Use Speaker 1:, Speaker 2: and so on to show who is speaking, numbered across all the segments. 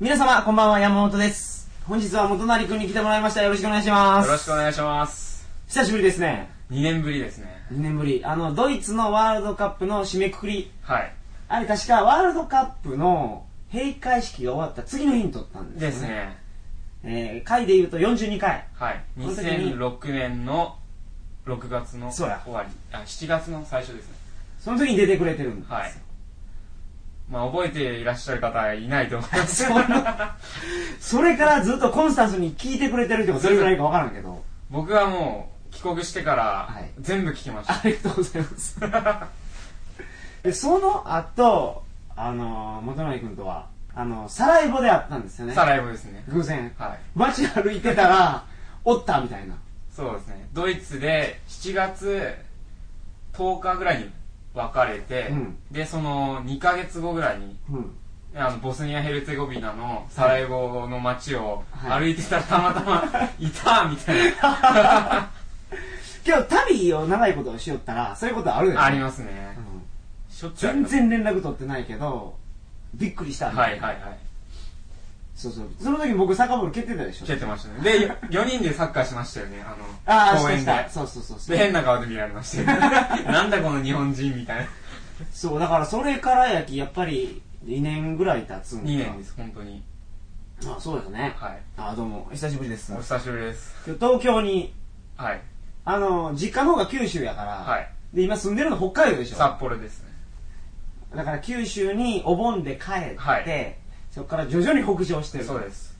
Speaker 1: 皆様、こんばんは、山本です。本日は元成くんに来てもらいました。よろしくお願いします。
Speaker 2: よろしくお
Speaker 1: い
Speaker 2: 願いします。
Speaker 1: 久しぶりですね。
Speaker 2: 2年ぶりですね。
Speaker 1: 2年ぶり。あの、ドイツのワールドカップの締めくくり。
Speaker 2: はい。
Speaker 1: あれ、確かワールドカップの閉会式が終わった次の日に撮ったんですよ
Speaker 2: です。ね。
Speaker 1: えー、回で言うと42回。
Speaker 2: はい。
Speaker 1: この時に
Speaker 2: 2006年の6月の
Speaker 1: そ
Speaker 2: 終
Speaker 1: うや
Speaker 2: わり。あ、7月の最初ですね。
Speaker 1: その時に出てくれてるんですよ。
Speaker 2: はい。まあ、覚えていらっしゃる方いないと思います。
Speaker 1: そんな それからずっとコンスタンスに聞いてくれてるってことどれぐらいかわからんけど。
Speaker 2: 僕はもう、帰国してから
Speaker 1: はい、
Speaker 2: 全部聞きまし
Speaker 1: あ
Speaker 2: た。
Speaker 1: りがとうございます。で、その後、あの、元成君とは、あの、サラエボで会ったんですよね
Speaker 2: サ。ラエボですね。
Speaker 1: 偶然。
Speaker 2: はい。
Speaker 1: 街歩いてたら、おったみたいな。
Speaker 2: そうですね。ドイツで7月10日ぐらいに別れて、
Speaker 1: うん
Speaker 2: で、その2ヶ月後ぐらいに、
Speaker 1: うん。
Speaker 2: あのボスニア・ヘルツェゴビナのサラエボの街を
Speaker 1: はい
Speaker 2: 歩いてたらたまたまいたみたい
Speaker 1: 今日旅を長いことしよったら、そういうことあるよね。
Speaker 2: なありますね
Speaker 1: うん
Speaker 2: しょっちゅうあり
Speaker 1: 全
Speaker 2: ます
Speaker 1: 然連絡取ってないけど、びっくりしたみ
Speaker 2: は
Speaker 1: た
Speaker 2: い
Speaker 1: な
Speaker 2: はいはい
Speaker 1: そうそう。その時僕、サッカーボール蹴ってたでしょ
Speaker 2: 蹴ってましたねで4人でサッカーしましたよねあ
Speaker 1: ああ、
Speaker 2: の
Speaker 1: し
Speaker 2: 公
Speaker 1: た
Speaker 2: 園
Speaker 1: し
Speaker 2: で
Speaker 1: た。そうそうそうそう
Speaker 2: で。変な顔で見られ ましたよねなんだこの日本人みたいな
Speaker 1: そう、だからそれからやき、やっぱり2年ぐらい経つんか
Speaker 2: 2年です本当に
Speaker 1: あ、そうですね。
Speaker 2: はい
Speaker 1: あ、どうも、久しぶりです
Speaker 2: お。久しぶりです
Speaker 1: 今日東京に、
Speaker 2: はい
Speaker 1: あの、実家の方が九州やから、
Speaker 2: はい
Speaker 1: で、今住んでるの北海道でしょ。
Speaker 2: 札幌ですね
Speaker 1: だから九州にお盆で帰って、
Speaker 2: はい
Speaker 1: そこから徐々に北上してる。
Speaker 2: そうです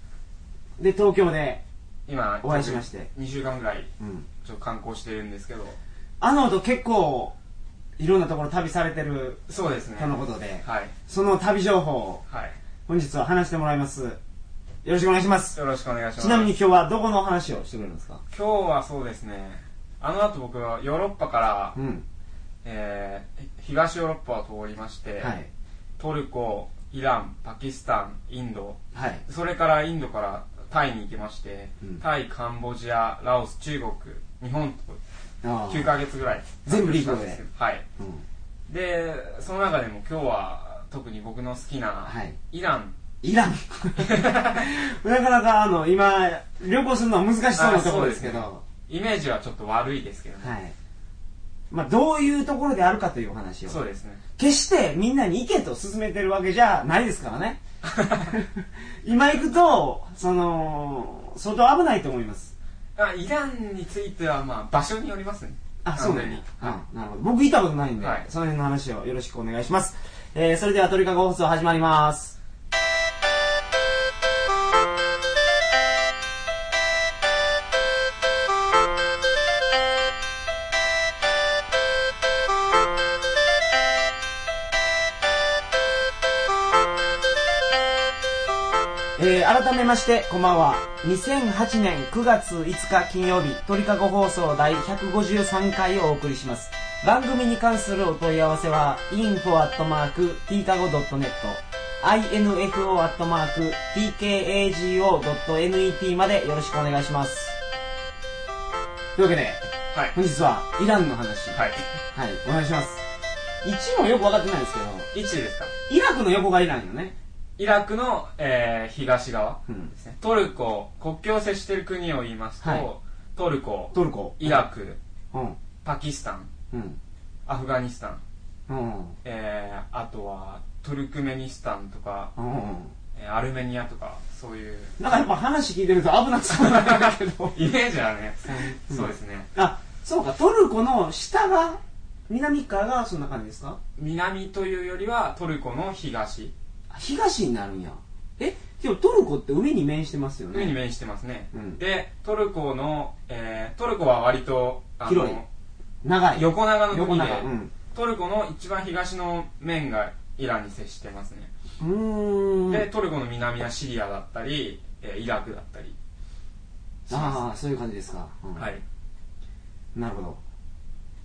Speaker 1: で、東京で、
Speaker 2: 今
Speaker 1: お会いしまして
Speaker 2: 2週間ぐらい
Speaker 1: うん。
Speaker 2: ちょっと観光してるんですけど
Speaker 1: あの後結構、いろんなところ旅されてる
Speaker 2: そうですね
Speaker 1: とのことで、
Speaker 2: はい
Speaker 1: その旅情報を
Speaker 2: はい
Speaker 1: 本日は話してもらいます。よろしくお願いします。
Speaker 2: よろしくお願いします
Speaker 1: ちなみに今日はどこの話をしてくれるんですか
Speaker 2: 今日はそうですねあの後僕はヨーロッパから、
Speaker 1: うん。
Speaker 2: えー東ヨーロッパを通りまして、
Speaker 1: はい。
Speaker 2: トルコイランパキスタンインド
Speaker 1: はい。
Speaker 2: それからインドからタイに行きまして、
Speaker 1: うん
Speaker 2: タイカンボジアラオス中国日本と
Speaker 1: あー
Speaker 2: 9ヶ月ぐらい
Speaker 1: 全部リーグで
Speaker 2: ですけどはい
Speaker 1: うん。
Speaker 2: でその中でも今日は特に僕の好きな、
Speaker 1: はい
Speaker 2: イラン
Speaker 1: い らん。なかなかあの、今、旅行するのは難しそうなところですけど、
Speaker 2: あイメージはちょっと悪いですけどね、
Speaker 1: はい。まあ、どういうところであるかというお話を。
Speaker 2: そうですね
Speaker 1: 決してみんなに意見と勧めてるわけじゃないですからね。今行くと、その、相当危ないと思います。
Speaker 2: あイランについてはまあ場所によりますね
Speaker 1: あ、そうなんや
Speaker 2: 完全に
Speaker 1: うんなるほど。僕行ったことないんで、
Speaker 2: はい
Speaker 1: その辺の話をよろしくお願いします。えー、それでは鳥かご放送始まります。えー、改めまして、こんばんは。2008年9月5日金曜日、鳥かご放送第153回をお送りします。番組に関するお問い合わせは、info.tkago.net、info.tkago.net までよろしくお願いします。というわけで、
Speaker 2: はい
Speaker 1: 本日はイランの話。
Speaker 2: はい。
Speaker 1: はい、お願いします。1もよく分かってないですけど、
Speaker 2: 位置ですか
Speaker 1: イラクの横がイランよね。
Speaker 2: イラクの、えー東側
Speaker 1: うん
Speaker 2: で。すね。トルコ、国境を接している国を言いますと、
Speaker 1: はい
Speaker 2: トルコ、
Speaker 1: トルコ。
Speaker 2: イラク、
Speaker 1: うん。
Speaker 2: パキスタン、
Speaker 1: うん。
Speaker 2: アフガニスタン、
Speaker 1: うん。
Speaker 2: えーあとはトルクメニスタンとか、
Speaker 1: な
Speaker 2: えーアルメニアとか、そういう、
Speaker 1: んかやっぱ話聞いてると危なそうなんだけど
Speaker 2: イメージはね、そんそうですね。
Speaker 1: あそうかトルコの下が南側がそんな感じですか
Speaker 2: 南というよりはトルコの東、
Speaker 1: あ東になるんやえでもトルコって海に面してますよ
Speaker 2: 海に
Speaker 1: ね
Speaker 2: 面してますね。
Speaker 1: うん
Speaker 2: で、トルコの、えートルコは割と、あの
Speaker 1: 広い長い
Speaker 2: 横長の
Speaker 1: 横
Speaker 2: 国で、
Speaker 1: 長うん
Speaker 2: トルコの一番東の面がイランに接してますね、
Speaker 1: うーん
Speaker 2: でトルコの南はシリアだったり、えーイラクだったりしま
Speaker 1: ああそういう感じですか、うん
Speaker 2: すはい、
Speaker 1: なるほど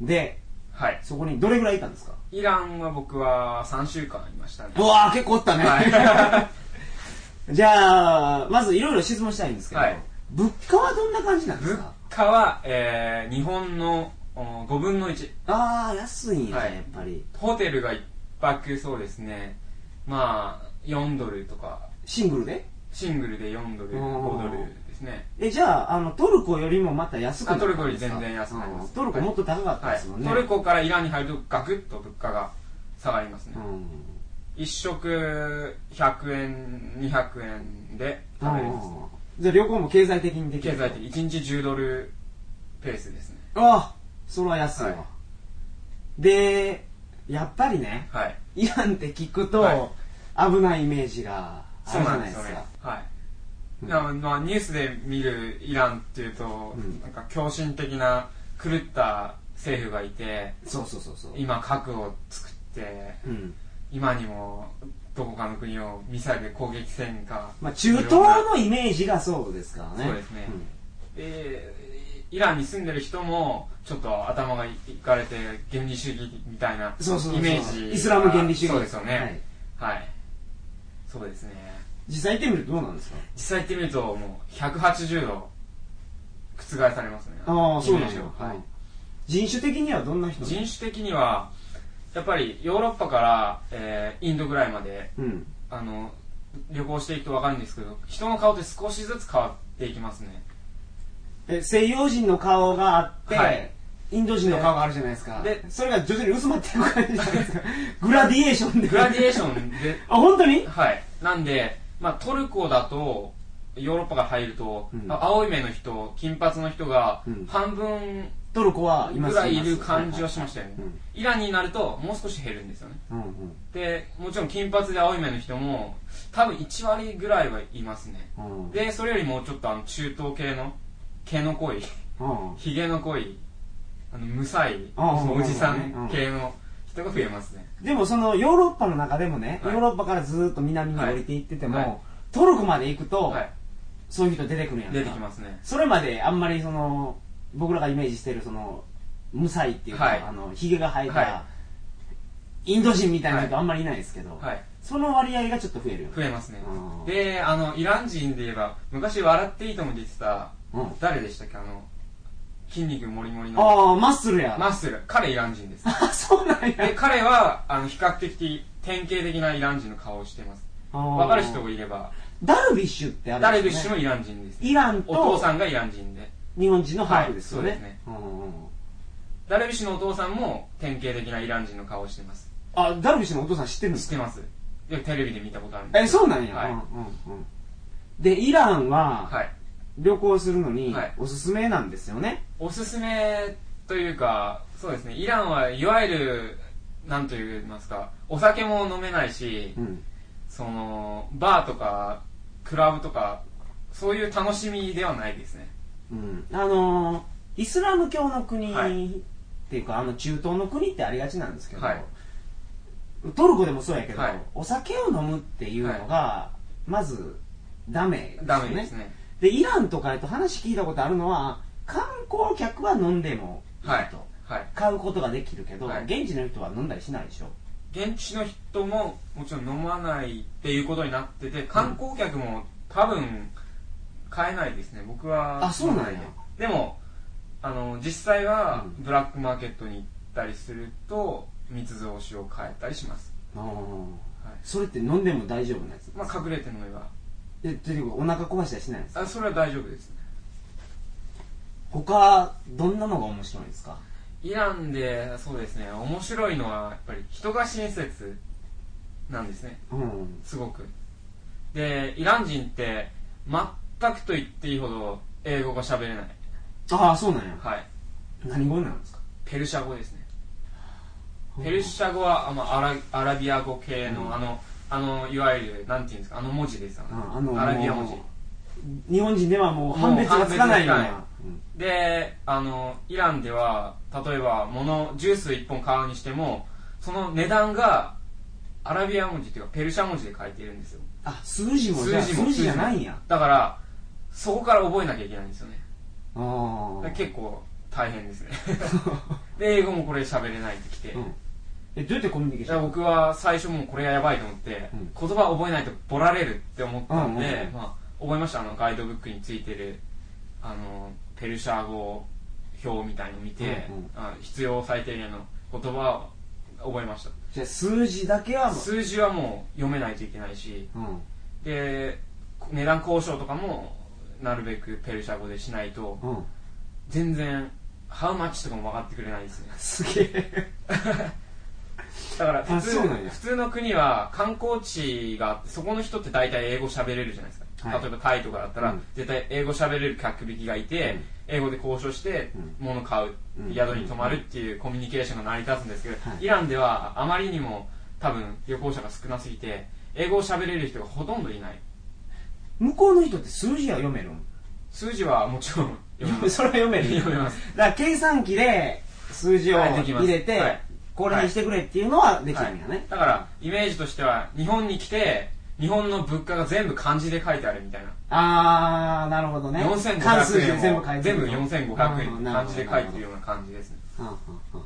Speaker 1: で
Speaker 2: はい、
Speaker 1: そこにどれぐらいいたんですか
Speaker 2: イランは僕は3週間いましたね
Speaker 1: うわー結構おったね、
Speaker 2: は
Speaker 1: じゃあまずいろいろ質問したいんですけど、
Speaker 2: はい
Speaker 1: 物価はどんな感じなんです
Speaker 2: 物
Speaker 1: か
Speaker 2: 価は、えー日本の5分の1
Speaker 1: ああ安いんや、
Speaker 2: はい
Speaker 1: やっぱり
Speaker 2: ホテルが1泊そうですねまあ4ドルとか
Speaker 1: シングルで
Speaker 2: シングルで4ドル
Speaker 1: うん
Speaker 2: 5ドルですね
Speaker 1: えじゃああのトルコよりもまた安くなったんですか
Speaker 2: あトルコより全然安くなります
Speaker 1: うんトルコもっと高かった
Speaker 2: は
Speaker 1: で
Speaker 2: い
Speaker 1: すもん、ね、
Speaker 2: トルコからイランに入るとガクッと物価が下がりますね、
Speaker 1: うん
Speaker 2: 一食100円200円で食べれます、
Speaker 1: じゃあ旅行も経済的にでき
Speaker 2: 経
Speaker 1: る
Speaker 2: 済的1日10ドルペースですね
Speaker 1: ああそれは安いわ、
Speaker 2: は
Speaker 1: でやっぱりね
Speaker 2: はい
Speaker 1: イランって聞くと、
Speaker 2: は
Speaker 1: 危ないイメージがあ
Speaker 2: そう
Speaker 1: るじゃ
Speaker 2: な
Speaker 1: な
Speaker 2: んで
Speaker 1: いです
Speaker 2: よ
Speaker 1: す
Speaker 2: ね
Speaker 1: か
Speaker 2: はい
Speaker 1: うん
Speaker 2: だからまあ、ニュースで見るイランっていうと、
Speaker 1: うん
Speaker 2: なんか狂信的な狂った政府がいて
Speaker 1: そうそうそうそう
Speaker 2: 今核を作って
Speaker 1: うん
Speaker 2: 今にもどこかの国をミサイルで攻撃せんか、
Speaker 1: まあ、中東のイメージがそうですからね
Speaker 2: そうですねでイランに住んでる人もちょっと頭がいかれて原理主義みたいな
Speaker 1: うんそうそうそう
Speaker 2: イメージ
Speaker 1: イスラム原理主義
Speaker 2: そうですよ
Speaker 1: は
Speaker 2: ね
Speaker 1: い
Speaker 2: はい、そうですね
Speaker 1: 実際行ってみるとどうなんですか
Speaker 2: 実際行ってみるともう180度覆されますね
Speaker 1: ああそうなん
Speaker 2: イメージ
Speaker 1: だ、
Speaker 2: を
Speaker 1: は
Speaker 2: はい
Speaker 1: い、人種的にはどんな人
Speaker 2: 人種的にはやっぱりヨーロッパから、えーインドぐらいまで
Speaker 1: うん
Speaker 2: あの旅行していくと分かるんですけど人の顔って少しずつ変わっていきま すね
Speaker 1: え西洋人の顔があって、
Speaker 2: はい
Speaker 1: インド人の顔があるじゃないですか
Speaker 2: で
Speaker 1: それが徐々に薄まっていく感じじゃないですか グラディエーションで
Speaker 2: グラディエー
Speaker 1: シ
Speaker 2: ションで
Speaker 1: ョンあ本当に
Speaker 2: はい。なんで、まあ、トルコだと、ヨーロッパが入ると、
Speaker 1: うん
Speaker 2: あ青い目の人、金髪の人が
Speaker 1: うん
Speaker 2: 半分
Speaker 1: トルコはいます
Speaker 2: ぐらいい
Speaker 1: ま
Speaker 2: る
Speaker 1: す
Speaker 2: 感じはしましたよね
Speaker 1: う。ん
Speaker 2: イランになると、もう少し減るんですよね。
Speaker 1: うんうん
Speaker 2: で、もちろん金髪で青い目の人も、多分1割ぐらいはいますね。
Speaker 1: うん
Speaker 2: で、それよりもちょっとあの中東系の、毛の濃い、
Speaker 1: うん
Speaker 2: ひげの濃い、あの、無さい、
Speaker 1: ああ
Speaker 2: おじさ
Speaker 1: うん
Speaker 2: ん系の人が増えますね。
Speaker 1: でもそのヨーロッパの中でもね、
Speaker 2: はい
Speaker 1: ヨーロッパからずーっと南に降りていってても、
Speaker 2: はいはい
Speaker 1: トルコまで行くと、
Speaker 2: はい。
Speaker 1: そういう人出てくるやんか
Speaker 2: 出てきますね。
Speaker 1: それまであんまりその僕らがイメージしてるその無才っていうか、
Speaker 2: はい
Speaker 1: あのひげが生えた、
Speaker 2: は
Speaker 1: インド人みたいな
Speaker 2: は
Speaker 1: 人あんまりいないですけど、
Speaker 2: はい。
Speaker 1: その割合がちょっと増えるよね
Speaker 2: 増えますね
Speaker 1: うん
Speaker 2: であのイラン人で言えば昔「笑っていいとも」出てた
Speaker 1: うん、
Speaker 2: 誰でしたっけあの筋肉もりもりの
Speaker 1: ああマッスルや
Speaker 2: マッスル彼イラン人 です
Speaker 1: あ そうなんや
Speaker 2: で彼はあの比較的典型的なイラン人の顔をしてます
Speaker 1: わ
Speaker 2: 分かる人もいれば
Speaker 1: ダルビッシュってある
Speaker 2: ダ
Speaker 1: ん
Speaker 2: ル
Speaker 1: で
Speaker 2: ビッ
Speaker 1: す
Speaker 2: シュ
Speaker 1: よね
Speaker 2: もイラン人です、
Speaker 1: イラン
Speaker 2: お父
Speaker 1: と
Speaker 2: さんがイラン人で
Speaker 1: 日本人のハーフですよね,、
Speaker 2: はいそうですね
Speaker 1: うんうんうん
Speaker 2: ダルビッシュのお父さんも典型的なイラン人の顔をしてます
Speaker 1: あダルビッシュのお父さん知ってるんで
Speaker 2: 知っ
Speaker 1: す
Speaker 2: て
Speaker 1: か
Speaker 2: ますよくテレビで見たことあるんです
Speaker 1: えそうなんや、
Speaker 2: はい
Speaker 1: うんうんうんでイランは
Speaker 2: はい
Speaker 1: 旅行するのに
Speaker 2: はい
Speaker 1: おすすめなんですよね、
Speaker 2: おすすめというかそうですねイランはいわゆるなんと言いますかお酒も飲めないし
Speaker 1: うん
Speaker 2: そのバーとかクラブとかそういう楽しみではないですね
Speaker 1: うん、あのーイスラム教の国、
Speaker 2: はい
Speaker 1: っていうかあの中東の国ってありがちなんですけど、
Speaker 2: はい
Speaker 1: トルコでもそうやけど、
Speaker 2: はい
Speaker 1: お酒を飲むっていうのがまずダメです
Speaker 2: ダ
Speaker 1: よ
Speaker 2: メです
Speaker 1: ね
Speaker 2: ね
Speaker 1: でイランとかやと話聞いたことあるのは観光客は飲んでもいい
Speaker 2: はい
Speaker 1: と、
Speaker 2: はい
Speaker 1: 買うことができるけど、
Speaker 2: はい
Speaker 1: 現地の人は飲んだりしないでしょ
Speaker 2: 現地の人ももちろん飲まないっていうことになってて観光客も多分買えないですね僕は
Speaker 1: あそうなんや
Speaker 2: 飲まいででもあの実際は
Speaker 1: うん
Speaker 2: ブラックマーケットに行ったりすると密造酒を買えたりします
Speaker 1: あー
Speaker 2: はい
Speaker 1: それって飲んでも大丈夫なんですか
Speaker 2: まあ、隠れて飲めば
Speaker 1: えとにかくお腹壊したりしないんですか
Speaker 2: あそれは大丈夫ですね
Speaker 1: 他どんなのが面白いんですか
Speaker 2: イランでそうですね面白いのはやっぱり人が親切なんですね
Speaker 1: うん
Speaker 2: すごくでイラン人って全くと言っていいほど英語が喋れない
Speaker 1: ああそうなんや
Speaker 2: はい
Speaker 1: 何語なんですか
Speaker 2: ペルシャ語ですねペルシャ語はあ、まあ、アラアラビア語系の、
Speaker 1: うん
Speaker 2: あのあのいわゆるなんていうんですかあの文字ですあ
Speaker 1: うん
Speaker 2: の
Speaker 1: あの
Speaker 2: アラビア文字
Speaker 1: もう日本人ではもう判別がつかないよう
Speaker 2: もう
Speaker 1: な
Speaker 2: 判であのイランでは例えば物ジュース1本買うにしてもその値段がアラビア文字っていうかペルシャ文字で書いてるんですよ
Speaker 1: あ数字もじゃあ
Speaker 2: 数字も
Speaker 1: 数字じゃないんや
Speaker 2: だからそこから覚えなきゃいけないんですよね
Speaker 1: あ
Speaker 2: だから
Speaker 1: ー
Speaker 2: 結構大変ですね で英語もこれ喋れないってきて、
Speaker 1: うんえどうやってコミュニケーシ
Speaker 2: だから
Speaker 1: ョン
Speaker 2: 僕は最初もうこれがやばいと思って、
Speaker 1: うん
Speaker 2: 言葉覚えないとボラれるって思ったんで、
Speaker 1: うんうんうん
Speaker 2: まあ、覚えましたあのガイドブックについてるあのペルシャ語表みたいのを見て、
Speaker 1: うんうん
Speaker 2: あ必要最低限の言葉を覚えました
Speaker 1: じゃあ数字だけはも
Speaker 2: 数字はもう読めないといけないし
Speaker 1: う、うん、
Speaker 2: で値段交渉とかもなるべくペルシャ語でしないと
Speaker 1: うん。
Speaker 2: 全然ハウマッチとかも分かってくれないですね
Speaker 1: すげえ。
Speaker 2: だから普
Speaker 1: あ
Speaker 2: 通
Speaker 1: そうなんや
Speaker 2: 普通の国は観光地があってそこの人って大体英語喋れるじゃないですか、
Speaker 1: はい
Speaker 2: 例えばタイとかだったら、
Speaker 1: うん
Speaker 2: 絶対英語喋れる客引きがいて、
Speaker 1: うん
Speaker 2: 英語で交渉して
Speaker 1: う
Speaker 2: 物買う、
Speaker 1: うん
Speaker 2: 宿に泊まるっていうコミュニケーションが成り立つんですけど、
Speaker 1: はい
Speaker 2: イランではあまりにも多分旅行者が少なすぎて英語を喋れる人がほとんどいない
Speaker 1: 向こうの人って数字は読めるん
Speaker 2: 数字はもちろん読めます
Speaker 1: それは読める。
Speaker 2: 読めます
Speaker 1: だから計算機で数字を
Speaker 2: はいできます
Speaker 1: 入れて、
Speaker 2: はい
Speaker 1: これにしてくれっていうのはできるんや
Speaker 2: はい
Speaker 1: ね。
Speaker 2: だからイメージとしては日本に来て日本の物価が全部漢字で書いてあるみたいな
Speaker 1: あー、なるほどね。関数
Speaker 2: 4500
Speaker 1: 字
Speaker 2: 円
Speaker 1: で全
Speaker 2: も
Speaker 1: 部書いて
Speaker 2: 全
Speaker 1: る
Speaker 2: 部4500円って感じで書いてる
Speaker 1: よ。
Speaker 2: ような感じですね
Speaker 1: うんうんうん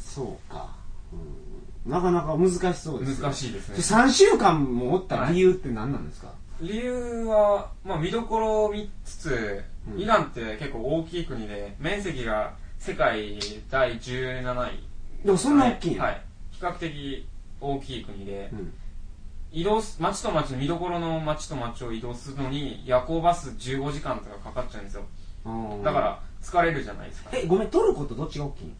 Speaker 1: そうか、うんなかなか難しそうですね。
Speaker 2: 難しいですね
Speaker 1: 3週間もおった理由って何なんですか、
Speaker 2: 理由は、まあ、見どころを見つつ、
Speaker 1: うん
Speaker 2: イランって結構大きい国で面積が世界第17位
Speaker 1: でもそんな大きいんや、
Speaker 2: はい、はい比較的大きい国で
Speaker 1: うん
Speaker 2: 移動す町と町見どころの町と町を移動するのに夜行バス15時間とかかかっちゃうんですよ
Speaker 1: あー
Speaker 2: だから疲れるじゃないですか
Speaker 1: えごめんトルコとどっちが大きいん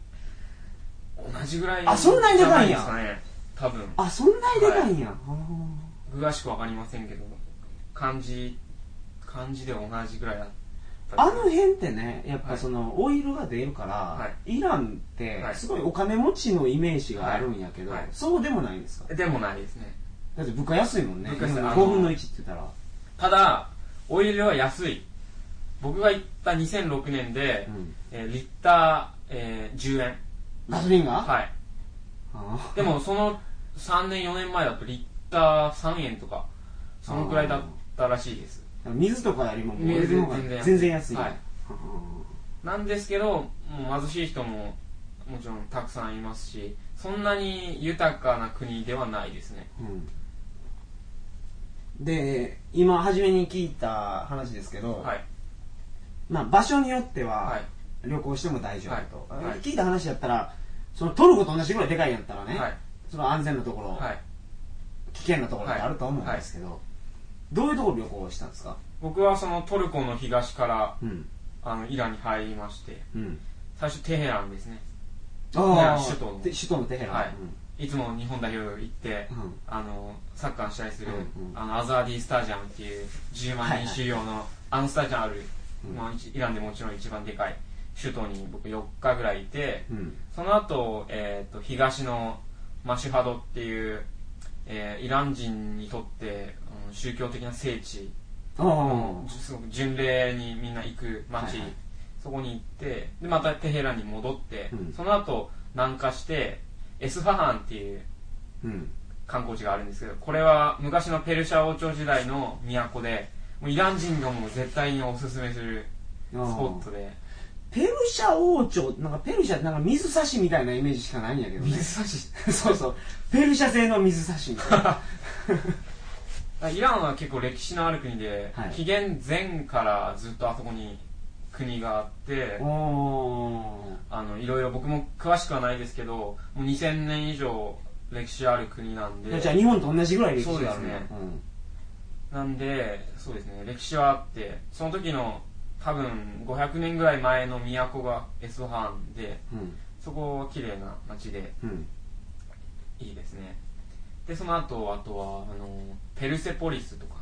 Speaker 2: 同じぐらい
Speaker 1: あそんなにでかいんや
Speaker 2: じゃなですかね多分
Speaker 1: あそんなにでかいんや、あ
Speaker 2: 詳しくわかりませんけど漢字漢字で同じぐらいだっ
Speaker 1: ー
Speaker 2: た
Speaker 1: あの辺ってねやっぱ
Speaker 2: はい
Speaker 1: そのオイルが出るから、
Speaker 2: は
Speaker 1: イランって
Speaker 2: はい
Speaker 1: すごいお金持ちのイメージがあるんやけど、
Speaker 2: はいはい
Speaker 1: そうでもないんですか
Speaker 2: でもないですね
Speaker 1: だって物価安いもんね
Speaker 2: 物価安い
Speaker 1: 日本の
Speaker 2: あの
Speaker 1: 5分の1って言ったら
Speaker 2: ただオイルは安い僕が行った2006年で、
Speaker 1: うん
Speaker 2: えーリッター、えー10円
Speaker 1: ガソリンが、
Speaker 2: はい
Speaker 1: あー
Speaker 2: でもその3年4年前だとリッター3円とかそのくらいだったらしいです
Speaker 1: 水とかよりももうオイル
Speaker 2: 水
Speaker 1: の方が
Speaker 2: 全然安い
Speaker 1: 全然安い、
Speaker 2: はい
Speaker 1: あ
Speaker 2: なんですけどもう貧しい人ももちろんたくさんいますしそんなに豊かな国ではないですね
Speaker 1: ーうんで今初めに聞いた話ですけど、
Speaker 2: はい
Speaker 1: まあ、場所によって
Speaker 2: は
Speaker 1: はい旅行しても大丈夫と、
Speaker 2: はいはい
Speaker 1: 聞いた話やったらそのトルコと同じぐらいでかいんやったらね、
Speaker 2: はい
Speaker 1: その安全なところ、
Speaker 2: はい
Speaker 1: 危険なところってあると思うんですけど、どういうところ旅行をしたんですか
Speaker 2: 僕はそのトルコの東から
Speaker 1: うん
Speaker 2: あのイランに入りまして
Speaker 1: うん
Speaker 2: 最初テヘランですね
Speaker 1: ああ
Speaker 2: 首都の
Speaker 1: で首都のテヘラン、
Speaker 2: はいいつも日本代表行って、
Speaker 1: うんうん
Speaker 2: あのサッカーしたりする、
Speaker 1: うんうん
Speaker 2: あのアザーディスタジアムっていう10万人収容の、あのスタジアムある、
Speaker 1: うん
Speaker 2: まあ、一イランでもちろん一番でかい首都に僕4日ぐらいいて
Speaker 1: うん
Speaker 2: その後、えー、と東のマシュハドっていう、えーイラン人にとって、うん宗教的な聖地
Speaker 1: ああ
Speaker 2: すごく巡礼にみんな行く街、
Speaker 1: はいはい
Speaker 2: そこに行ってでまたテヘランに戻って、
Speaker 1: うん
Speaker 2: その後南下してエスファハンっていう
Speaker 1: うん
Speaker 2: 観光地があるんですけどこれは昔のペルシャ王朝時代の都でもうイラン人がもう絶対におすすめする
Speaker 1: ス
Speaker 2: スポットで
Speaker 1: ペルシャ王朝なんかペルシャってなんか水差しみたいなイメージしかないんやけどね
Speaker 2: 差し
Speaker 1: そうそうペルシャ製の水差しみたいな
Speaker 2: イランは結構歴史のある国で、
Speaker 1: はい
Speaker 2: 紀元前からずっとあそこに国があって
Speaker 1: おお
Speaker 2: あのいろいろ僕も詳しくはないですけどもう2000年以上歴史ある国なんで
Speaker 1: ーじゃあ日本と同じぐらい歴史がある
Speaker 2: そうですね
Speaker 1: うん
Speaker 2: なんでそうですね歴史はあってその時の多分500年ぐらい前の都がエスファハンで
Speaker 1: うん
Speaker 2: そこは綺麗な街で
Speaker 1: うん
Speaker 2: いいですねでその後あとはあのペルセポリスとか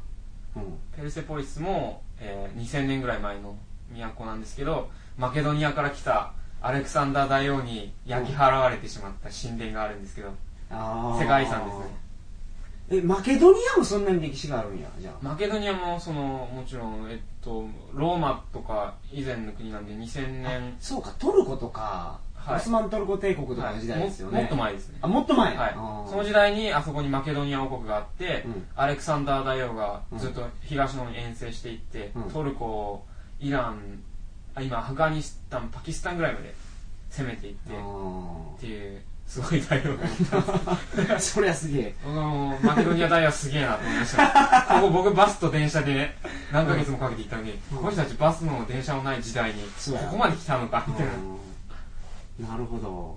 Speaker 1: うん
Speaker 2: ペルセポリスも、えー2000年ぐらい前の都なんですけどマケドニアから来たアレクサンダー大王に焼き払われてしまった神殿があるんですけど
Speaker 1: あー
Speaker 2: 世界遺産ですね
Speaker 1: えマケドニアもそんなに歴史があるんやじゃあ
Speaker 2: マケドニアもそのもちろん、えっと、ローマとか以前の国なんで2000年
Speaker 1: そうかトルコとか、
Speaker 2: はい
Speaker 1: オスマントルコ帝国とかの時代
Speaker 2: も
Speaker 1: ですよね、
Speaker 2: もっと前ですね
Speaker 1: あもっと前、
Speaker 2: はい
Speaker 1: あー、
Speaker 2: その時代にあそこにマケドニア王国があって、
Speaker 1: うん
Speaker 2: アレクサンダー大王がずっと東の方に遠征していって、
Speaker 1: うん
Speaker 2: トルコイランあ今アフガニスタンパキスタンぐらいまで攻めていってっていうすごい大王がいた
Speaker 1: あー そりゃすげえ
Speaker 2: 僕はもうマケドニア大王すげえなと思いました ここ僕バスと電車でね何ヶ月もかけて行ったのに、
Speaker 1: うん
Speaker 2: この人たちバスも電車もない時代に
Speaker 1: そうや
Speaker 2: ここまで来たのかみたいな、
Speaker 1: うんなるほど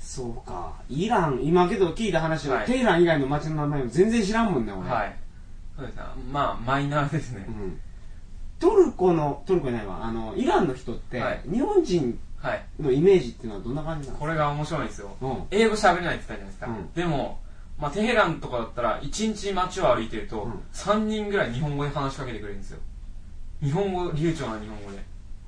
Speaker 1: そうか。イラン、今けど聞いた話は、
Speaker 2: はい
Speaker 1: テイラン以外の街の名前も全然知らんもんね、俺。
Speaker 2: はいそうですねまあマイナーですね
Speaker 1: うん。トルコの、トルコじゃないわ、あの、イランの人って、
Speaker 2: はい
Speaker 1: 日本人
Speaker 2: はい
Speaker 1: のイメージっていうのはどんな感じなの
Speaker 2: これが面白いんですよ
Speaker 1: うん。
Speaker 2: 英語喋れないって言ったじゃないですか、
Speaker 1: うん
Speaker 2: でも、まあ、テヘランとかだったら1日街を歩いてる
Speaker 1: う
Speaker 2: と
Speaker 1: ん
Speaker 2: 3人ぐらい日本語で話しかけてくれるんですよ日本語流暢な日本語で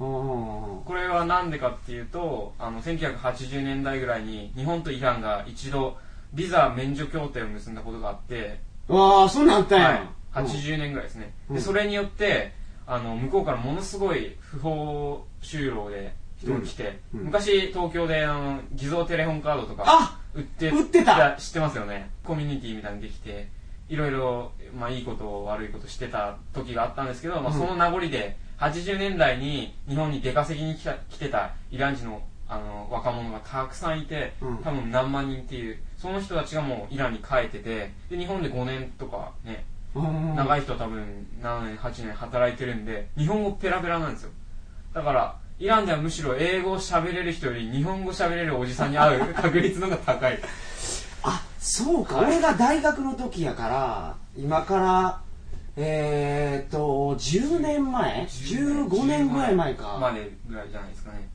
Speaker 1: うん。
Speaker 2: これはなんでかっていうとあの1980年代ぐらいに日本とイランが一度ビザ免除協定を結んだことがあって、
Speaker 1: うわあ、そんなんあったんや。
Speaker 2: はい、80年ぐらいですね、
Speaker 1: うん
Speaker 2: でそれによってあの向こうからものすごい不法就労で人が来て、
Speaker 1: うんうん
Speaker 2: 昔東京であの偽造テレホンカードとか
Speaker 1: あ
Speaker 2: 売って
Speaker 1: 売ってた
Speaker 2: いや知ってますよねコミュニティみたいにできていろいろ、まあ、いいこと悪いことしてた時があったんですけど、まあ、
Speaker 1: うん
Speaker 2: その名残で80年代に日本に出稼ぎに来た来てたイラン人のあの若者がたくさんいて
Speaker 1: うん
Speaker 2: 多分何万人っていうその人たちがもうイランに帰っててで日本で5年とかね
Speaker 1: うん。
Speaker 2: 長
Speaker 1: い。
Speaker 2: い人は多分7年8年働いてるんで日本語ペラペラなんですよだからイランではむしろ英語を喋れる人より日本語喋れるおじさんに会う確率の方が高い
Speaker 1: あ、そうか、
Speaker 2: はい
Speaker 1: 俺が大学の時やから、今から、えーっと、10年前 ?15 年ぐらい前か。
Speaker 2: までぐらいじゃないですかね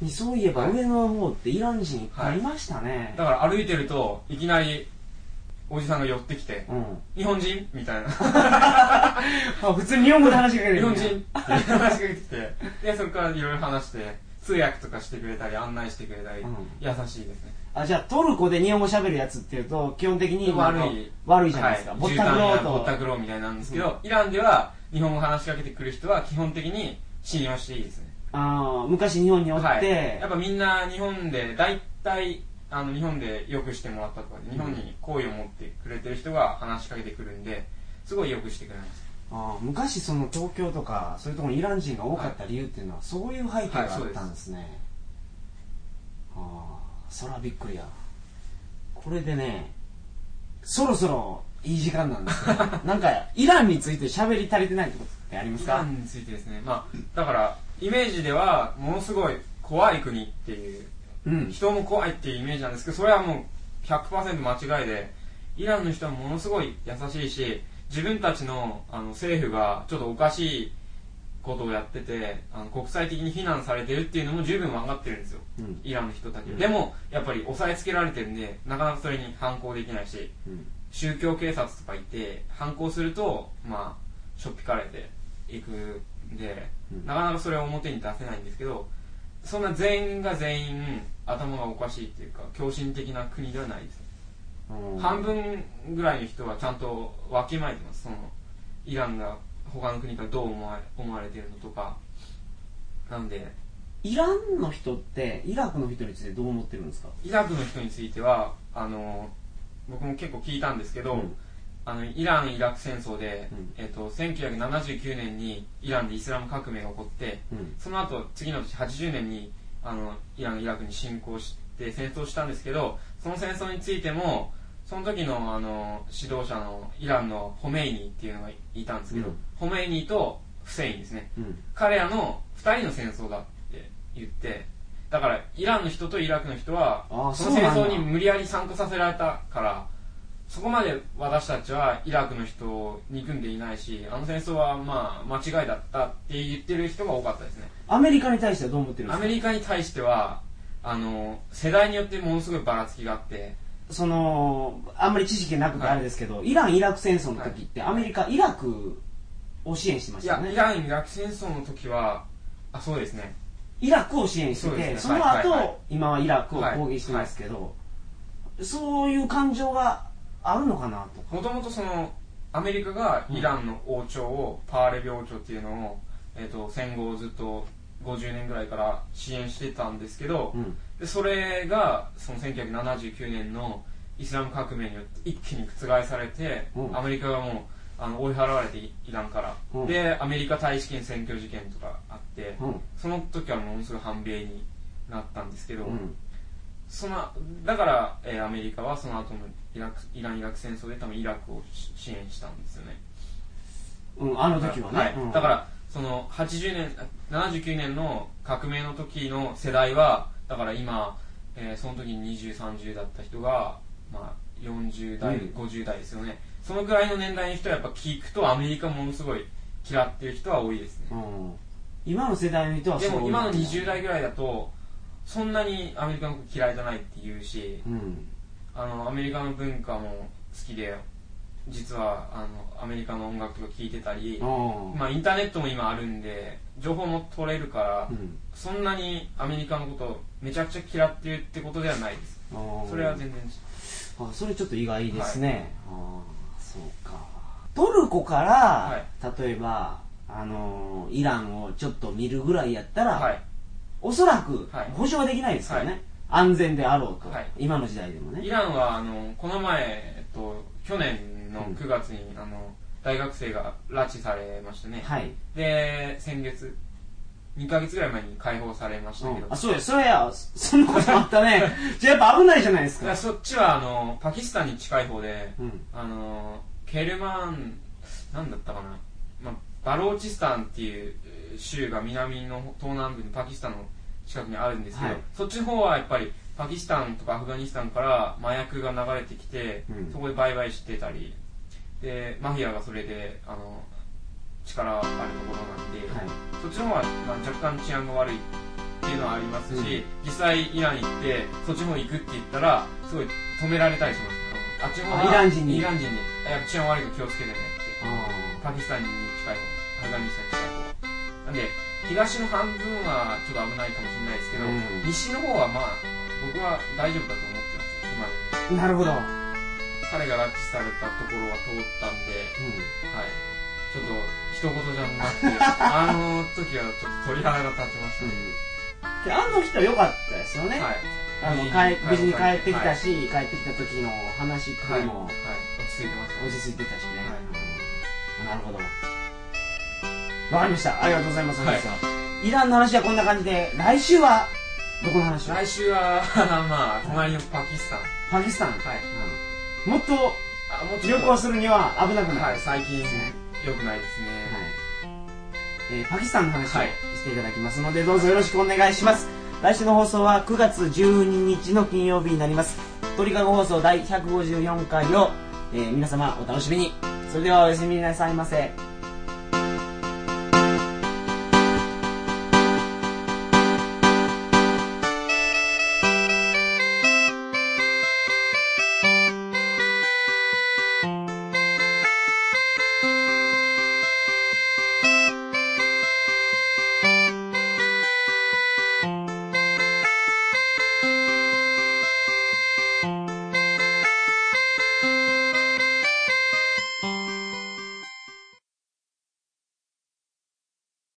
Speaker 1: にそういえば上の方ってイラン人いっぱいいましたね、
Speaker 2: だから歩いてるといきなりおじさんが寄ってきて
Speaker 1: うん
Speaker 2: 「日本人?」みたいな
Speaker 1: あ普通に日本語で話しかけて
Speaker 2: 「日
Speaker 1: る
Speaker 2: 本人?」って話しかけてきてでそこからいろいろ話して通訳とかしてくれたり案内してくれたり、
Speaker 1: うん
Speaker 2: 優しいですね
Speaker 1: あじゃあトルコで日本語喋るやつっていうと基本的に
Speaker 2: 悪い
Speaker 1: 悪いじゃないですか、
Speaker 2: はい
Speaker 1: ぼったくろう
Speaker 2: 絨毯やぼった
Speaker 1: と
Speaker 2: くろうみたいなんですけど、イランでは日本語話しかけてくる人は基本的に信用していいですね
Speaker 1: あー昔日本におって、
Speaker 2: はい、やっぱみんな日本で大体あの日本でよくしてもらったとかで日本に好意を持ってくれてる人が話しかけてくるんですごいよくしてくれます
Speaker 1: あー昔その東京とかそういうところにイラン人が多かった理由っていうのは、そういう背景があったんですね、ああそらびっくりやこれでねそろそろいい時間なん ですけどなんかイランについて喋り足りてないってことってあります
Speaker 2: イ
Speaker 1: か
Speaker 2: ランについてですねまあだからイメージではものすごい怖い国っていう
Speaker 1: うん
Speaker 2: 人も怖いっていうイメージなんですけどそれはもう100%間違いでイランの人はものすごい優しいし自分たちのあの政府がちょっとおかしいことをやっててあの国際的に非難されてるっていうのも十分分かってるんですよ
Speaker 1: うん
Speaker 2: イランの人たち、
Speaker 1: うん
Speaker 2: でもやっぱり押さえつけられてるんでなかなかそれに反抗できないし
Speaker 1: うん
Speaker 2: 宗教警察とかいて反抗するとまあしょっぴかれていくんで、
Speaker 1: うん
Speaker 2: なかなかそれを表に出せないんですけどそんな全員が全員頭がおかしいっていうか狂信的な国ではないです、
Speaker 1: うん
Speaker 2: 半分ぐらいの人はちゃんとわきまえてますそのイランが他の国からどう思われ思われてるのとかなんで
Speaker 1: イランの人ってイラクの人についてどう思ってるんですか
Speaker 2: イラクの人についてはあの僕も結構聞いたんですけど、
Speaker 1: うん
Speaker 2: あのイラン・イラク戦争で、
Speaker 1: うん
Speaker 2: えっと1979年にイランでイスラム革命が起こって
Speaker 1: うん
Speaker 2: その後次の年80年にあのイラン・イラクに侵攻して戦争したんですけどその戦争についてもその時のあの指導者のイランのホメイニーっていうのがいたんですけど、
Speaker 1: うん
Speaker 2: ホメイニーとフセインですね
Speaker 1: うん
Speaker 2: 彼らの2人の戦争だって言ってだからイランの人とイラクの人は
Speaker 1: あー
Speaker 2: そ
Speaker 1: そ
Speaker 2: の
Speaker 1: う
Speaker 2: 戦
Speaker 1: なんだ
Speaker 2: 争に無理やり参加させられたからそこまで私たちはイラクの人を憎んでいないしあの戦争はまあ間違いだったって言ってる人が多かったですね
Speaker 1: アメリカに対してはどう思ってるんで
Speaker 2: ア
Speaker 1: すか
Speaker 2: メリカに対してはあの世代によってものすごいばらつきがあって
Speaker 1: そのあんまり知識なくて
Speaker 2: はい
Speaker 1: あれですけど、イラン・イラク戦争の時ってアメリカ、イラクを支援してま
Speaker 2: い
Speaker 1: したよ
Speaker 2: や
Speaker 1: ね
Speaker 2: イラン・イラク戦争の時はあそうですね
Speaker 1: イラクを支援して
Speaker 2: そう
Speaker 1: て
Speaker 2: です
Speaker 1: そ,、
Speaker 2: ね
Speaker 1: の後、
Speaker 2: はいはいはい
Speaker 1: 今はイラクを攻撃してますけど、そういう感情があるのかなと
Speaker 2: もともとそのアメリカがイランの王朝を、パーレビ王朝っていうのを、えー、と戦後ずっと50年ぐらいから支援してたんですけど、
Speaker 1: うん
Speaker 2: でそれがその1979年のイスラム革命によって一気に覆されて、
Speaker 1: うん
Speaker 2: アメリカがもうあの追い払われてイランから、
Speaker 1: うん
Speaker 2: でアメリカ大使権占拠事件とかあって、
Speaker 1: うん
Speaker 2: その時はものすごい反米になったんですけど、
Speaker 1: うん
Speaker 2: そのだから、えーアメリカはその後のイラクイラン・イラク戦争で多分イラクをし支援したんですよね
Speaker 1: うんあの時はね、
Speaker 2: はい
Speaker 1: うん
Speaker 2: だからその80年あ79年の革命の時の世代はだから今えーその時に2030だった人が、まあ、40代、
Speaker 1: うん
Speaker 2: 50代ですよねそのぐらいの年代の人はやっぱ聞くとアメリカものすごい嫌ってる人は多いですね
Speaker 1: うん、今の世代の人は
Speaker 2: でも今の20
Speaker 1: 代
Speaker 2: 代ぐらいだとそんなにアメリカのこと嫌いじゃないって言うし
Speaker 1: うん
Speaker 2: あのアメリカの文化も好きで実はあのアメリカの音楽とか聴いてたり、
Speaker 1: あ
Speaker 2: まあ、インターネットも今あるんで情報も取れるから
Speaker 1: あ、うん
Speaker 2: そんなにアメリカのことめちゃくちゃ嫌ってるってことではないです
Speaker 1: あー
Speaker 2: それは全然
Speaker 1: あそれちょっと意外ですね、ああそうかトルコから、例えばあのーイランをちょっと見るぐらいやったら、
Speaker 2: はい
Speaker 1: おそらく
Speaker 2: はい
Speaker 1: 保証はできないですよね、
Speaker 2: はい
Speaker 1: 安全であろうと、
Speaker 2: はい
Speaker 1: 今の時代でも
Speaker 2: イ
Speaker 1: ね
Speaker 2: ランはあのこの前、えっと、去年の
Speaker 1: うん
Speaker 2: 9月に、あの大学生が拉致されましたね、
Speaker 1: はい、
Speaker 2: で先月2ヶ月ぐらい前に解放されま
Speaker 1: う
Speaker 2: したけ
Speaker 1: ん
Speaker 2: ど、
Speaker 1: あそうやそれやそんなことあった ねじゃあやっぱ危ないじゃないです
Speaker 2: いや
Speaker 1: か
Speaker 2: そっちはあのパキスタンに近い方で
Speaker 1: うん
Speaker 2: あのケルマンなんだったかな、まあ、バローチスタンっていうえー州が南の東南部にパキスタンの近くにあるんですけど、
Speaker 1: はい
Speaker 2: そっちの方はやっぱりパキスタンとかアフガニスタンから麻薬が流れてきて、
Speaker 1: うん
Speaker 2: そこで売買してたりでマフィアがそれであの力あるところなんで、
Speaker 1: はい
Speaker 2: そっちの方は、まあ、若干治安が悪いっていうのはありますし、実際イラン行ってそっちの方行くって言ったらすごい止められたりしますあのあっちの方
Speaker 1: あイ
Speaker 2: は
Speaker 1: ラン人に
Speaker 2: イラン人にあやっぱ治安悪いから気をつけてねっ
Speaker 1: あ
Speaker 2: てパキスタンに近い方アフガニスタンに近い方なんで東の半分はちょっと危ないかもしれないですけ
Speaker 1: う
Speaker 2: ど、
Speaker 1: ん
Speaker 2: 西の方はまあ僕は大丈夫だと思ってます
Speaker 1: あ
Speaker 2: 今で
Speaker 1: なるほど、うん
Speaker 2: 彼が拉致されたところは通ったんではい。ちょっと、一言じゃなく て、あの時はちょっと鳥肌が立ちまし
Speaker 1: であの人は良かったですよ
Speaker 2: た
Speaker 1: ね、
Speaker 2: ね。はい。
Speaker 1: あの
Speaker 2: はい
Speaker 1: 帰無事に帰ってきたし、帰ってきた時の話って
Speaker 2: はい。
Speaker 1: いうの
Speaker 2: はい
Speaker 1: も。
Speaker 2: 落ち着いてましたね。
Speaker 1: 落ち着いてたしね、
Speaker 2: はい
Speaker 1: うんなるほどわかりましたありがとうございます、
Speaker 2: はい
Speaker 1: 本日イランの話はこんな感じで来週はどこの話を
Speaker 2: 来週は、まあ、隣のパキスタン。
Speaker 1: パキスタン、
Speaker 2: はい。
Speaker 1: うんもっと
Speaker 2: あ、もうちょ
Speaker 1: 旅
Speaker 2: っと。
Speaker 1: 行するには危なくない、
Speaker 2: はい、最近、
Speaker 1: ですね
Speaker 2: 良くないですね。
Speaker 1: はいえーパキスタンの話を
Speaker 2: はい
Speaker 1: していただきますので、どうぞよろしくお願いします来週の放送は9月12日の金曜日になります鳥かご放送第154回を、えー皆様お楽しみにそれではおやすみなさいませ